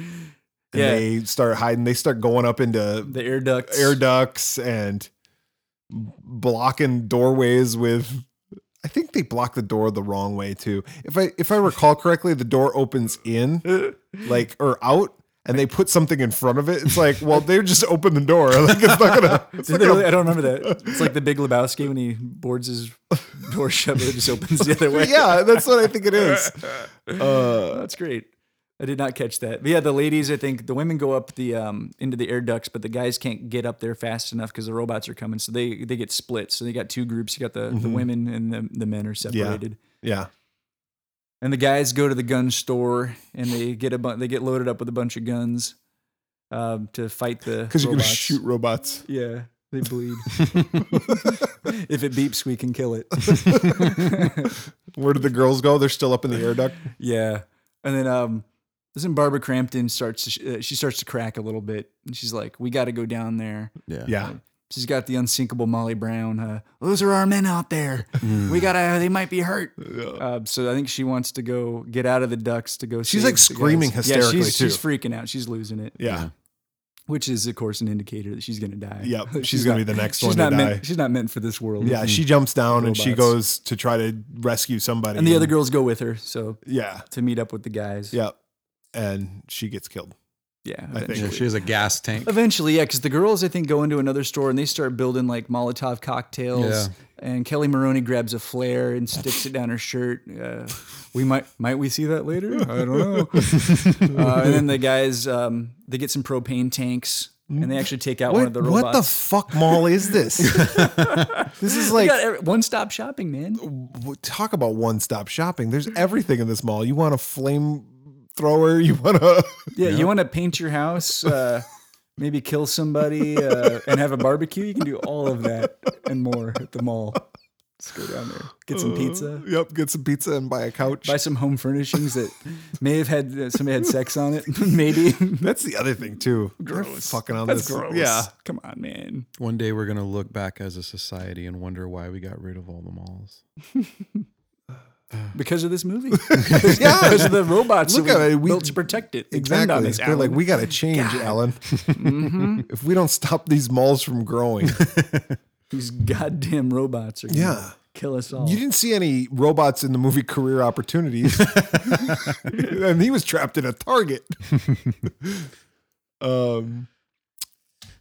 And Yeah. they start hiding. They start going up into The air ducts. air ducts and blocking doorways with I think they block the door the wrong way too. If I if I recall correctly, the door opens in like or out and they put something in front of it. It's like, well, they just open the door. Like it's not gonna it's Did not they really? gonna I don't remember that. It's like the Big Lebowski when he boards his door shut, but it just opens the other way. Oh, Yeah, that's what I think it is. Uh that's great. I did not catch that. But yeah, the ladies, I think the women go up the um into the air ducts, but the guys can't get up there fast enough because the robots are coming, so they they get split. So they got two groups. You got the, the women and the, the men are separated. Mm-hmm. yeah. And the guys go to the gun store and they get a bu- they get loaded up with a bunch of guns um, to fight the Because you're gonna robots. shoot robots. Yeah, they bleed. if it beeps, we can kill it. Where did the girls go? They're still up in the air duct. Yeah, and then um, isn't Barbara Crampton starts to, sh- uh, she starts to crack a little bit, and she's like, "We got to go down there." Yeah. Yeah. She's got the unsinkable Molly Brown. Uh, Those are our men out there. Mm. we gotta. They might be hurt. Uh, so I think she wants to go get out of the ducks to go. She's, save like, the screaming guys. hysterically, Yeah, she's, she's too. freaking out. She's losing it, Yeah. which is of course an indicator that she's gonna die. Yep, she's gonna be the next she's one to not meant, die. She's not meant for this world. Yeah. She jumps down and she Robots. goes to try to rescue somebody. And the other girls go with her, so Yeah. to meet up with the guys. Mm. Yep. And she gets killed. yeah. I think. Yeah, She has a gas tank. Eventually, yeah, because the girls, I think, go into another store and they start building like Molotov cocktails. Yeah. And Kelly Maroney grabs a flare and sticks it down her shirt. Uh, we might might we see that later? I don't know. uh, and then the guys um, they get some propane tanks and they actually take out one of the robots. what the fuck mall is this? this is They like got every- one stop shopping, man. w- talk about one stop shopping. There's everything in this mall. You want a flame thrower? You want a Yeah, you want to paint your house, uh, maybe kill somebody, uh, and have a barbecue. You can do all of that and more at the mall. Let's go down there, get some pizza. yep? Get some pizza and buy a couch. buy some home furnishings that may have had uh, somebody had sex on it. Maybe That's the other thing too. Gross. Fucking on this. Yeah. come on, man. One day we're gonna look back as a society and wonder why we got rid of all the malls. Because of this movie, because Yeah. of the robots Look that at we it, we- built to protect it. They turned on Exactly. us, They're like, Alan. we got to change, Alan. if we don't stop these malls from growing, these goddamn robots are gonna Yeah. kill us all. You didn't see any robots in the movie Career Opportunities. and he was trapped in a target. um,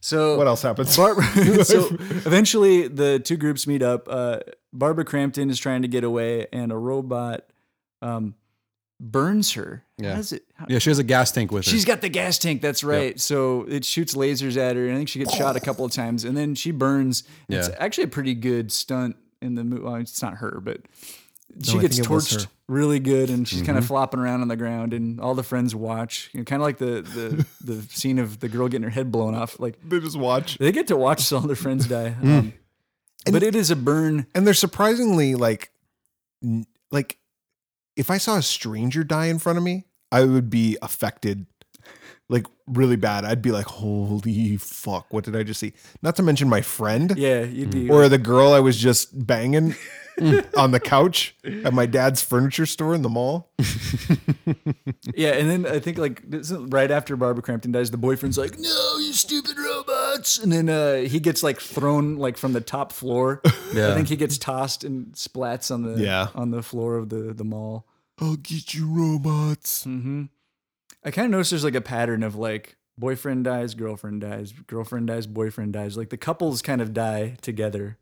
So what else happens? Barbara, so eventually the two groups meet up. Uh, Barbara Crampton is trying to get away, and a robot um, burns her. Yeah. How does it? How, Yeah, she has a gas tank with her. She's got the gas tank. That's right. So it shoots lasers at her, and I think she gets shot a couple of times, and then she burns. Yeah. It's actually a pretty good stunt in the movie. Well, it's not her, but she I gets think it was her. Mm-hmm. torched really good, and she's kind of flopping around on the ground, and all the friends watch. You know, kind of like the the the scene of the girl getting her head blown off. Like they just watch. they get to watch all their friends die. Mm. Um, but it is a burn. And they're surprisingly like, n- like, if I saw a stranger die in front of me, I would be affected like really bad. I'd be like, holy fuck, what did I just see? Not to mention my friend. Yeah, you'd be. or the girl I was just banging on the couch at my dad's furniture store in the mall. Yeah, and then I think like this is right after Barbara Crampton dies, the boyfriend's like, "No, you stupid robots!" And then uh, he gets like thrown like from the top floor. I Yeah. think he gets tossed and splats on the Yeah. on the floor of the the mall. I'll get you robots. Mm-hmm. I kind of noticed there's like a pattern of like boyfriend dies, girlfriend dies, girlfriend dies, boyfriend dies. Like the couples kind of die together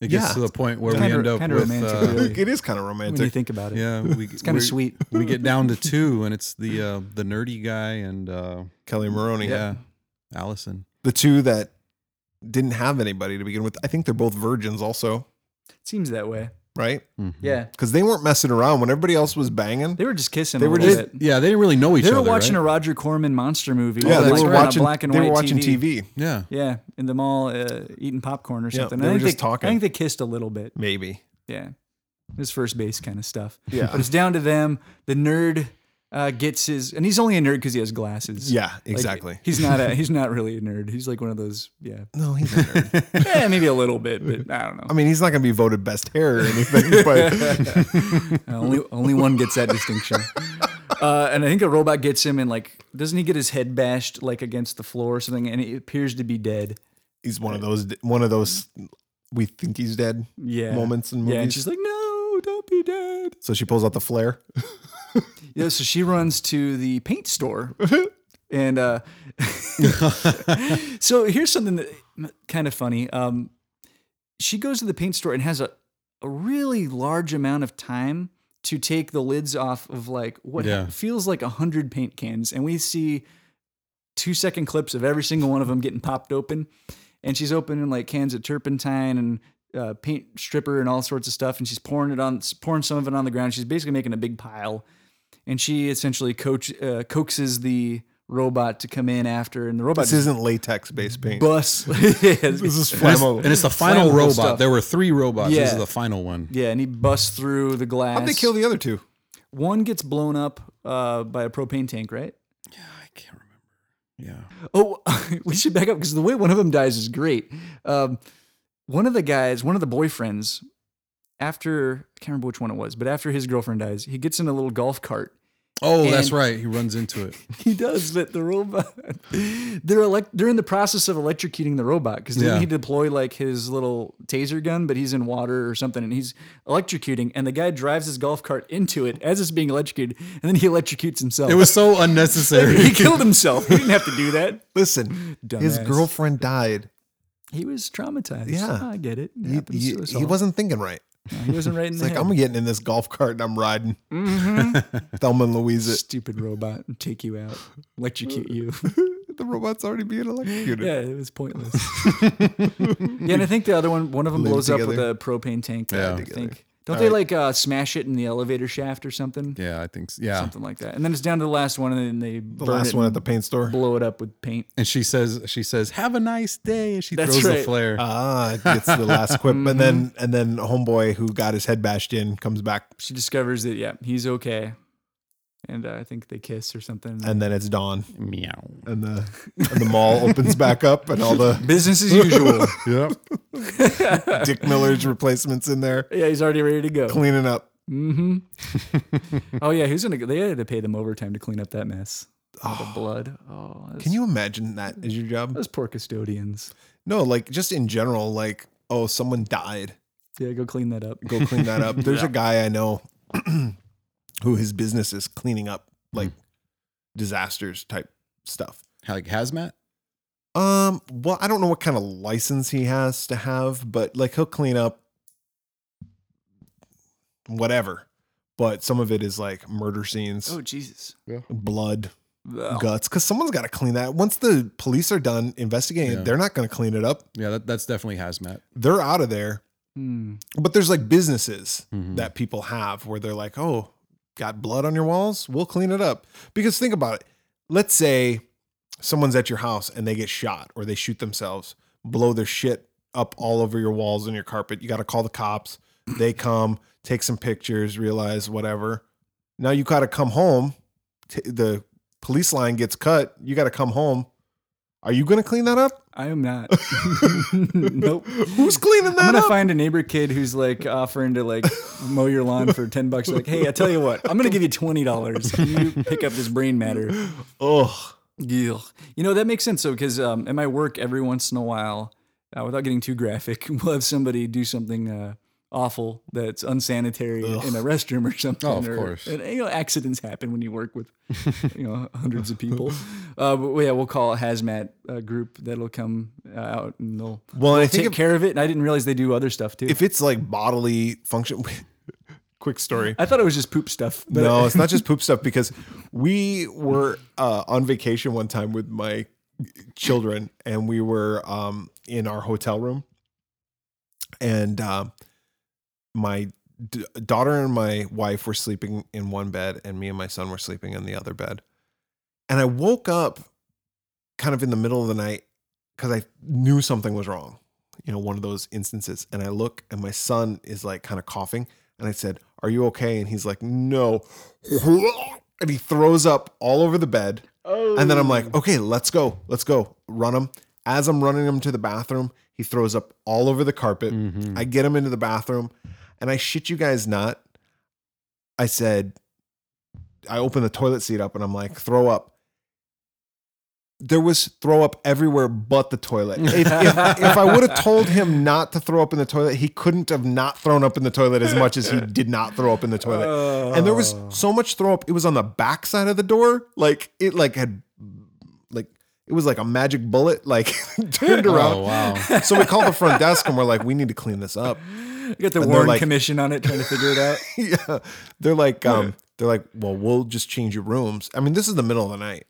it gets Yeah. to the point where Kinda- we end up kinda with romantic, uh, really. It is kind of when you romantic. think about it. yeah, we, It's kind of sweet. We get down to two, and it's the uh, the nerdy guy and uh, Kelly Maroney. yeah, Allison. The two that didn't have anybody to begin with. I think they're both virgins also, It seems that way. right? Mhm. Yeah, Because they weren't messing around when everybody else was banging. they were just kissing. They a were little just- bit. Yeah, they didn't really know each They other. were watching right? a Roger Corman monster movie. yeah, like, they on were a watching. black and they white were watching TV. TV. Yeah, Yeah, in the mall, uh, eating popcorn or Yeah, something. they I were think just they, talking. I think they kissed a little bit. Maybe. Yeah, this first base kind of stuff. Yeah. but it's down to them. The nerd uh, gets his, and he's only a nerd because he has glasses. Yeah, Like, exactly. he's not a. He's not really a nerd. He's like one of those. Yeah. no, he's a nerd. Yeah, maybe a little bit, but I don't know. I mean, he's not going to be voted best hair or anything, but Uh, only only one gets that distinction. Uh, and I think a robot gets him and like doesn't he get his head bashed like against the floor or something and he appears to be dead. he's one of those one of those we think he's dead Yeah. moments in movies. Yeah, and she's like, No, don't be dead. So she pulls out the flare. Yeah, so she runs to the paint store. and uh so here's something that kind of funny. Um she goes to the paint store and has a, a really large amount of time to take the lids off of like what Yeah. feels like a hundred paint cans, and we see two second clips of every single one of them getting popped open. And she's opening like cans of turpentine and uh, paint stripper and all sorts of stuff, and she's pouring it on, pouring some of it on the ground. She's basically making a big pile, and she essentially coach uh, coaxes the robot to come in after, and the robot This isn't latex based paint. busts. this this is And it's, flammable. and it's the final Flammable robot. stuff. There were three robots. This Yeah. is the final one. Yeah, and he busts through the glass. How'd they kill the other two? One gets blown up uh, by a propane tank, right? I can't remember. Yeah, Oh, we should back up because the way one of them dies is great. Um, one of the guys, one of the boyfriends, after I can't remember which one it was, but after his girlfriend dies, he gets in a little golf cart. Oh, that's And- right. He runs into it. He does, but the robot they're elect they're in the process of electrocuting the robot because didn't Yeah. he deploy like his little taser gun, but he's in water or something and he's electrocuting and the guy drives his golf cart into it as it's being electrocuted and then he electrocutes himself. It was so unnecessary. he killed himself. He didn't have to do that. Listen, his Dumbass. girlfriend died. He was traumatized. Yeah. I get it. It He, happens he- to us he all. wasn't thinking right. He wasn't right in It's the like, head. I'm getting in this golf cart and I'm riding. Mm-hmm. Thelma and Louise it. stupid robot and take you out, electrocute you. The robot's already being electrocuted. yeah, it was pointless. yeah, and I think the other one, one of them Live blows up with together. a propane tank. Yeah. I Together. think. Don't they like uh, smash it in the elevator shaft or something? yeah, I think. So. Yeah, Something like that. And then it's down to the last one, and then they The burn last it one at and the paint store. blow it up with paint. and she says, she says, "Have a nice day," and she That's throws right. Uh, the flare. Ah, gets the last quip. And then Mm-hmm. and then homeboy who got his head bashed in comes back She discovers that yeah, he's okay, and uh, I think they kiss or something. and then it's dawn. Meow. And the and the mall opens back up and all the Business as usual. Yep. Dick Miller's replacements in there yeah, he's already ready to go. cleaning up. hmm oh yeah, who's gonna? They had to pay them overtime to clean up that mess. All the blood. Oh, that's- Ah, Can you imagine that as your job? Those poor custodians. No, like just in general, like, oh, someone died. Yeah, go clean that up. Go clean that up. There's Yeah. a guy I know who his business is cleaning up like disasters type stuff. Like hazmat? Um, well, I don't know what kind of license he has to have, but like he'll clean up whatever. But some of it is like murder scenes, Oh Jesus. blood, Ugh. guts, because someone's got to clean that. Once the police are done investigating, Yeah. it, they're not going to clean it up. Yeah, that, that's definitely hazmat. They're out of there. Hmm. But there's like businesses Mhm. that people have where they're like, oh, got blood on your walls? We'll clean it up. Because think about it. Let's say someone's at your house and they get shot or they shoot themselves, blow their shit up all over your walls and your carpet. You got to call the cops. They come, take some pictures, realize whatever. Now you got to come home. T- the police line gets cut. You got to come home. Are you going to clean that up? I am not. nope. Who's cleaning I'm that gonna up? find a neighbor kid who's like offering to like mow your lawn for ten bucks. Like, hey, I tell you what, I'm gonna give you twenty dollars. You pick up this brain matter. Ugh. Yeah. You know, that makes sense though, because um, at my work, every once in a while, uh, without getting too graphic, we'll have somebody do something uh, awful that's unsanitary in a restroom or something. Oh, of or- course. And, you know, accidents happen when you work with, you know, hundreds of people. Uh, but yeah, we'll call a hazmat uh, group that'll come uh, out and they'll Well, I think take if- care of it. And I didn't realize they do other stuff too. if it's like bodily function quick story I thought it was just poop stuff. but- no it's not just poop stuff because we were uh, on vacation one time with my children and we were um, in our hotel room and uh, my d- daughter and my wife were sleeping in one bed and me and my son were sleeping in the other bed and i woke up kind of in the middle of the night because i knew something was wrong you know one of those instances and i look and my son is like kind of coughing and i said are you okay and he's like no and he throws up all over the bed and then i'm like okay let's go let's go run him as i'm running him to the bathroom he throws up all over the carpet Mhm. I get him into the bathroom, and I shit you guys not. I said, I open the toilet seat up and I'm like, throw up. There was throw up everywhere but the toilet. If, if, if I would have told him not to throw up in the toilet, he couldn't have not thrown up in the toilet as much as he did not throw up in the toilet and there Oh. was so much throw up it was on the back side of the door like it like had like it was like a magic bullet like turned around Oh, wow. so we called the front desk and we're like we need to clean this up I got the they're Warren like- Commission on it trying to figure it out. yeah they're like um they're like well we'll just change your rooms i mean this is the middle of the night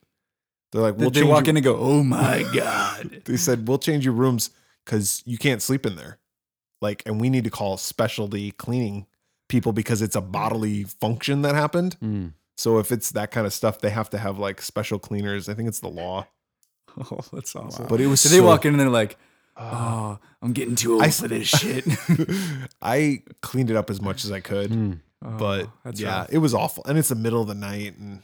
they're like we'll they change walk your, in and go, oh my God. they said we'll change your rooms because you can't sleep in there like and we need to call specialty cleaning people because it's a bodily function that happened Mm. So if it's that kind of stuff, they have to have like special cleaners. I think it's the law. Oh, that's awesome. But it was So they so- walk in and they're like, "Oh, I'm getting too old I- for this shit." I cleaned it up as much as I could, Mm. but Oh, that's yeah, rough. it was awful. And it's the middle of the night, and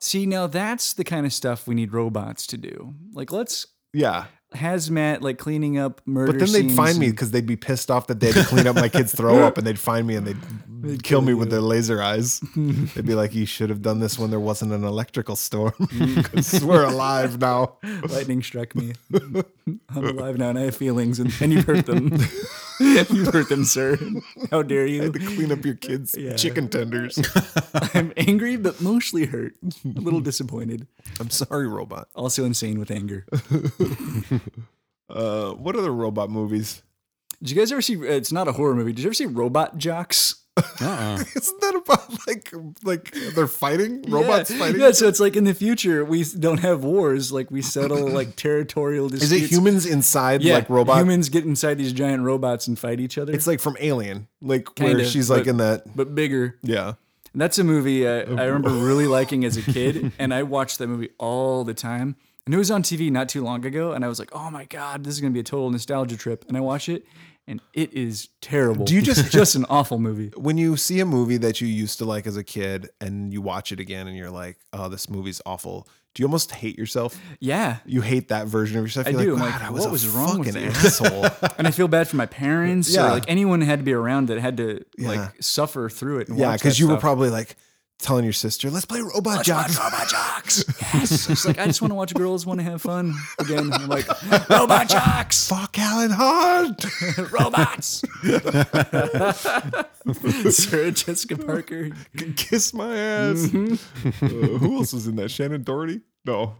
See, now that's the kind of stuff we need robots to do. Like, let's yeah. hazmat, like cleaning up murder. But then they'd scenes find me and- because they'd be pissed off that they had to clean up my kids' throw up, and they'd find me and they'd, kill me with their laser eyes. they'd be like, "You should have done this when there wasn't an electrical storm, because we're alive now." lightning struck me. I'm alive now and I have feelings, and, and you hurt them. you hurt them, sir. How dare you? To clean up your kids' Yeah. chicken tenders. I'm angry, but mostly hurt. A little disappointed. I'm sorry, robot. Also insane with anger. Uh, what other robot movies? Did you guys ever see? uh, It's not a horror movie. Did you ever see Robot Jocks? Uh-uh. Isn't that about like like they're fighting robots yeah. fighting? Yeah, so it's like in the future we don't have wars, like we settle like territorial disputes. Is it humans inside Yeah, like robot? humans get inside these giant robots and fight each other, It's like from Alien, like where Kinda, she's like but- in that. but bigger. Yeah, And that's a movie I, I remember really liking as a kid, and I watched that movie all the time. And it was on TV not too long ago, and I was like, "Oh my god, this is gonna be a total nostalgia trip." And I watch it, and it is terrible. Do you just- just an awful movie? when you see a movie that you used to like as a kid and you watch it again and you're like, "Oh, this movie's awful." Do you almost hate yourself? Yeah, You hate that version of yourself. I You're do. Like, I'm God, like, I was what a was wrong with fucking you?" asshole. and I feel bad for my parents Yeah. or like anyone who had to be around that had to Yeah. like suffer through it. and yeah, watch because that you were stuff. probably like, telling your sister, "Let's play robot Let's jocks." watch Robot Jocks. Yes. It's like I just want to watch girls want to have fun again. I'm like Robot Jocks, Fuck Alan Hunt. robots. Sarah Jessica Parker. Kiss my ass. Mm-hmm. Uh, who else was in that? Shannon Doherty? No.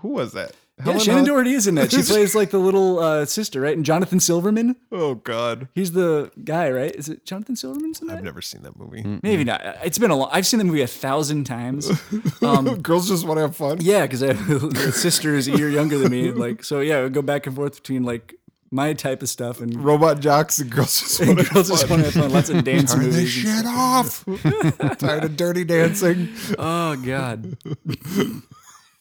Who was that? Yeah, Helen Shannon Hunt? Doherty is in that. She plays like the little uh, sister, right? And Jonathan Silverman. Oh God. He's the guy, right? Is it Jonathan Silverman's in that? I've never seen that movie. Maybe not. Uh, It's been a long. I've seen the movie a thousand times. Girls just want to have fun. Yeah, because I the sister is a year younger than me. Like, so yeah, I would go back and forth between like my type of stuff and Robot jocks and girls just want to girls just want to have fun. Lots of dance turn this movies. and shit off. Tired of dirty dancing. stuff. Oh God.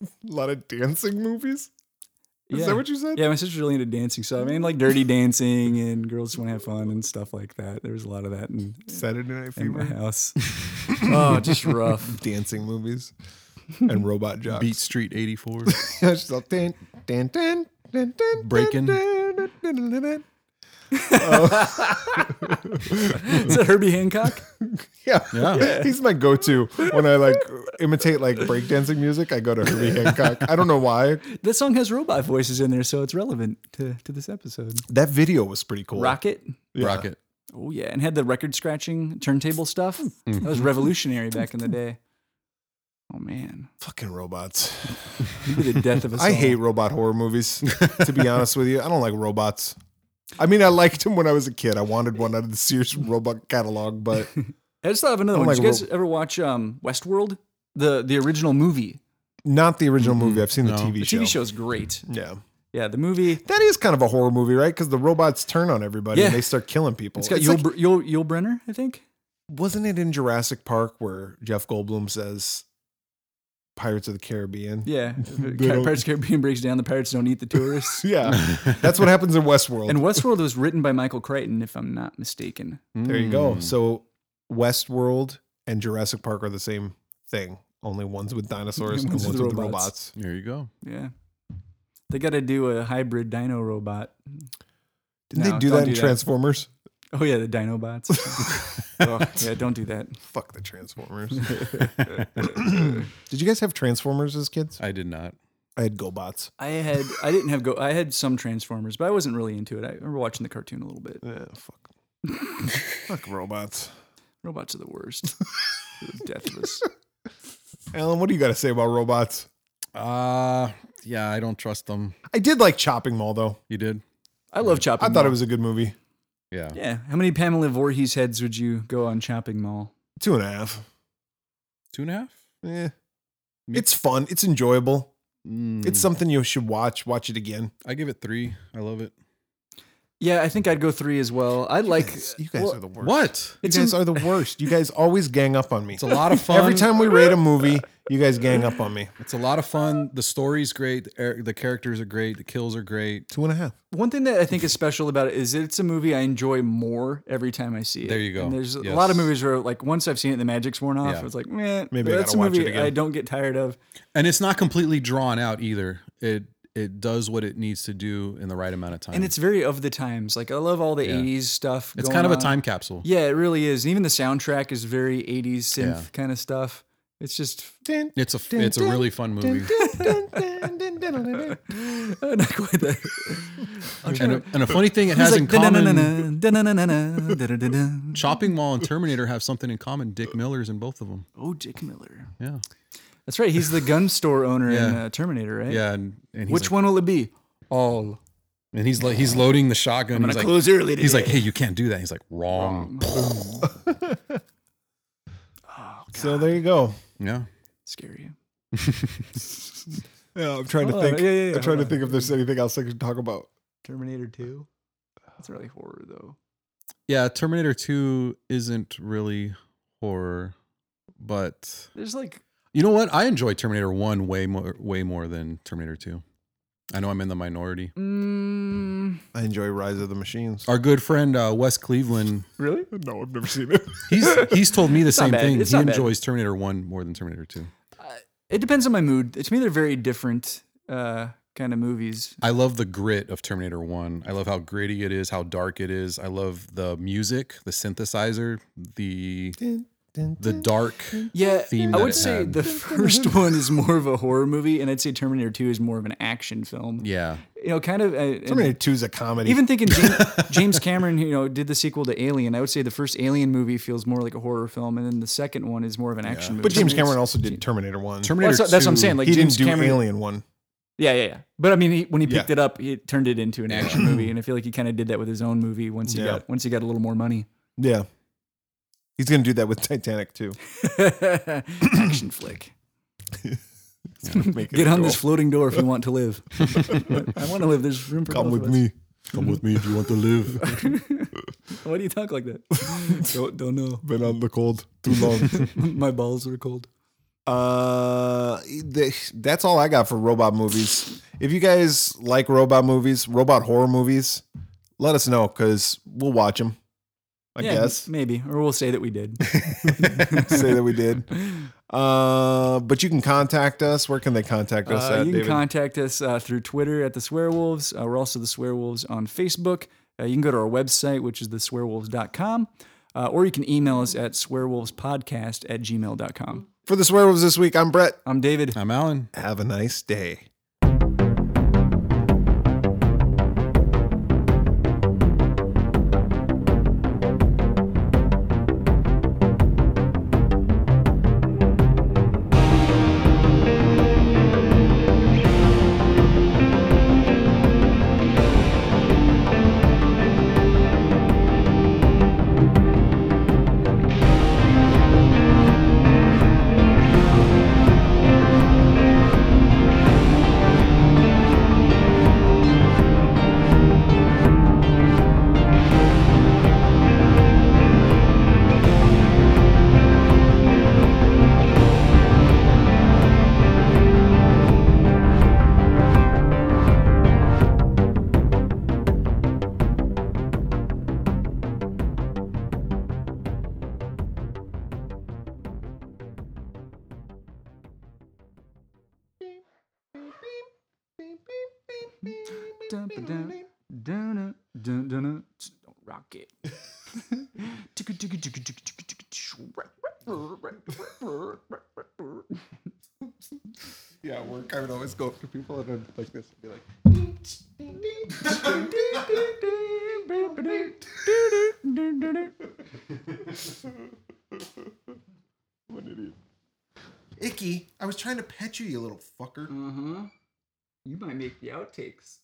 A lot of dancing movies. Yeah. Is that what you said? Yeah, my sister's really into dancing, so I mean, like dirty dancing and girls just want to have fun and stuff like that. There was a lot of that in, Saturday Night in my Fever. house. oh, just rough. Dancing movies and robot jocks. Beat Street 84. It's all dun, dun, dun, dun, dun, Breaking. dun, dun, dun, dun, dun, dun. Is that Herbie Hancock? Yeah. Yeah. He's my go-to when I like imitate like breakdancing music. I go to Herbie Hancock. I don't know why. That song has robot voices in there, so it's relevant to, to this episode. That video was pretty cool. Rocket. Yeah. Rocket. Oh yeah, and had the record scratching turntable stuff. Mm-hmm. That was revolutionary back in the day. Oh man, Fucking robots. You'd be the death of us. I all. hate robot horror movies. To be honest with you, I don't like robots. I mean, I liked them when I was a kid. I wanted one out of the Sears robot catalog, but I just thought of another I one. don't Did you like guys ever watch um, Westworld? The the original movie. not the original movie. I've seen No. the TV The show. TV show is great. Yeah. Yeah, the movie. That is kind of a horror movie, right? Because the robots turn on everybody and Yeah. they start killing people. It's got It's Yul, like- Br- Yul, Yul Brenner, I think. wasn't it in Jurassic Park where Jeff Goldblum says Pirates of the Caribbean? Yeah, don't- Pirates of the Caribbean breaks down. The pirates don't eat the tourists. Yeah. That's what happens in Westworld. and Westworld was written by Michael Crichton, if I'm not mistaken. there you go. Hmm. Mm. So Westworld and Jurassic Park are the same thing. Only one's with dinosaurs and One's one's with with robots. robots. There you go. Yeah, they got to do a hybrid dino robot. No, Didn't they do don't that in do that. Transformers? Oh yeah, the Dinobots. oh, yeah, don't do that. Fuck the Transformers. Did you guys have Transformers as kids? I did not. I had GoBots. I had I didn't have go I had some Transformers, but I wasn't really into it. I remember watching the cartoon a little bit. Yeah, fuck. fuck robots. Robots are the worst. Deathless. Alan, what do you got to say about robots? Uh yeah, I don't trust them. I did like Chopping Mall though. You did? I love chopping. I thought it Mall. was a good movie. Yeah. Yeah. How many Pamela Voorhees heads would you go on chopping mall? Two and a half. Two and a half? Yeah. Me- It's fun. It's enjoyable. Mm. Hmm. It's something you should watch. Watch it again. I give it three. I love it. Yeah, I think I'd go three as well. I like you guys well, are the worst. What? You It's guys in- are the worst. You guys always gang up on me. It's a lot of fun. Every time we rate a movie, you guys gang up on me. It's a lot of fun. The story's great. The air- The characters are great. The kills are great. Two and a half. one thing that I think is special about it is it's a movie I enjoy more every time I see it. There you go. And there's a Yes. lot of movies where like once I've seen it, the magic's worn off. Yeah. It's like, man, Maybe I that's a gotta watch it movie again. I don't get tired of. And it's not completely drawn out either. It it does what it needs to do in the right amount of time. And it's very of the times. Like I love all the Yeah. 80s stuff. it's going kind of a on. time capsule. Yeah, it really is. Even the soundtrack is very 80s synth Yeah. kind of stuff. It's just Dun, It's a f- it's a really fun movie. dun, dun, dun, dun, dun, dun. uh, not quite that. I'm trying And to. a, and a funny thing it It's has in like, common. "Da-na-na-na-na, da-na-na-na-na, da-da-da-da." Chopping Mall and Terminator have something in common. Dick Miller's in both of them. Oh, Dick Miller. Yeah. That's right. He's the gun store owner in Yeah. uh, Terminator, right? Yeah. And, and he's Which like, one will it be? All. And he's like, he's loading the shotgun. He's like, early. he's like, hey, you can't do that. He's like, wrong. So there you go. Yeah. scary. Yeah, I'm trying to Hold on. think. Oh, Yeah, yeah, yeah, I'm trying hold to on. think if there's anything else I can talk about. Terminator Two. That's really horror though. Yeah. Terminator 2 isn't really horror, but There's like you know what? I enjoy Terminator 1 way more, way more than Terminator 2. I know I'm in the minority. mm, I enjoy Rise of the Machines. Our good friend uh, Wes Cleveland, really. No, I've never seen it. he's he's told me the not same bad. thing. It's he not bad. enjoys Terminator 1 more than Terminator 2. It depends on my mood. To me, they're very different uh, kind of movies. I love the grit of Terminator 1. I love how gritty it is, how dark it is. I love the music, the synthesizer, the Dun, Mm-hmm. the dark. Yeah, theme I that would it say had. the first one is more of a horror movie, and I'd say Terminator Two is more of an action film. Yeah. You know, kind of. Uh, and Terminator 2 is a comedy. Even thinking James, James Cameron, you know, did the sequel to Alien. I would say the first Alien movie feels more like a horror film, and then the second one is more of an action movie. but James Terminator's- Cameron also did Terminator 1. Well, Terminator that's, what- that's what I'm 2 saying. Like he James didn't do Cameron, Alien 1. Yeah, yeah, yeah. But I mean, he, when he picked Yeah. it up, he turned it into an action movie, and I feel like he kind of did that with his own movie once he Yeah. got once he got a little more money. Yeah. He's going to do that with Titanic too. action flick. Make it Get a on goal. this floating door if you want to live. I want to live. There's room for Come both with of us. me. Come with me if you want to live. Why do you talk like that? don't, don't know. Been on the cold too long. My balls are cold. Uh, th- that's all I got for robot movies. If you guys like robot movies, robot horror movies, let us know because we'll watch them. I yeah, guess maybe, or we'll say that we did. say that we did. Uh, but you can contact us. Where can they contact us? Uh, at, you can David? contact us uh, through Twitter at the Swearwolves. Uh, we're also the Swearwolves on Facebook. Uh, you can go to our website, which is theswearwolves.com, uh, or you can email us at swearwolvespodcast at gmail.com. for the swearwolves this week. I'm Brett. I'm David. I'm Alan. Have a nice day. Rock it. Yeah, work. I would always go up to people and I'd like this and be like, "Icky, I was trying to pet you, you little fucker." Uh huh. You might Mm-hmm. make the outtakes.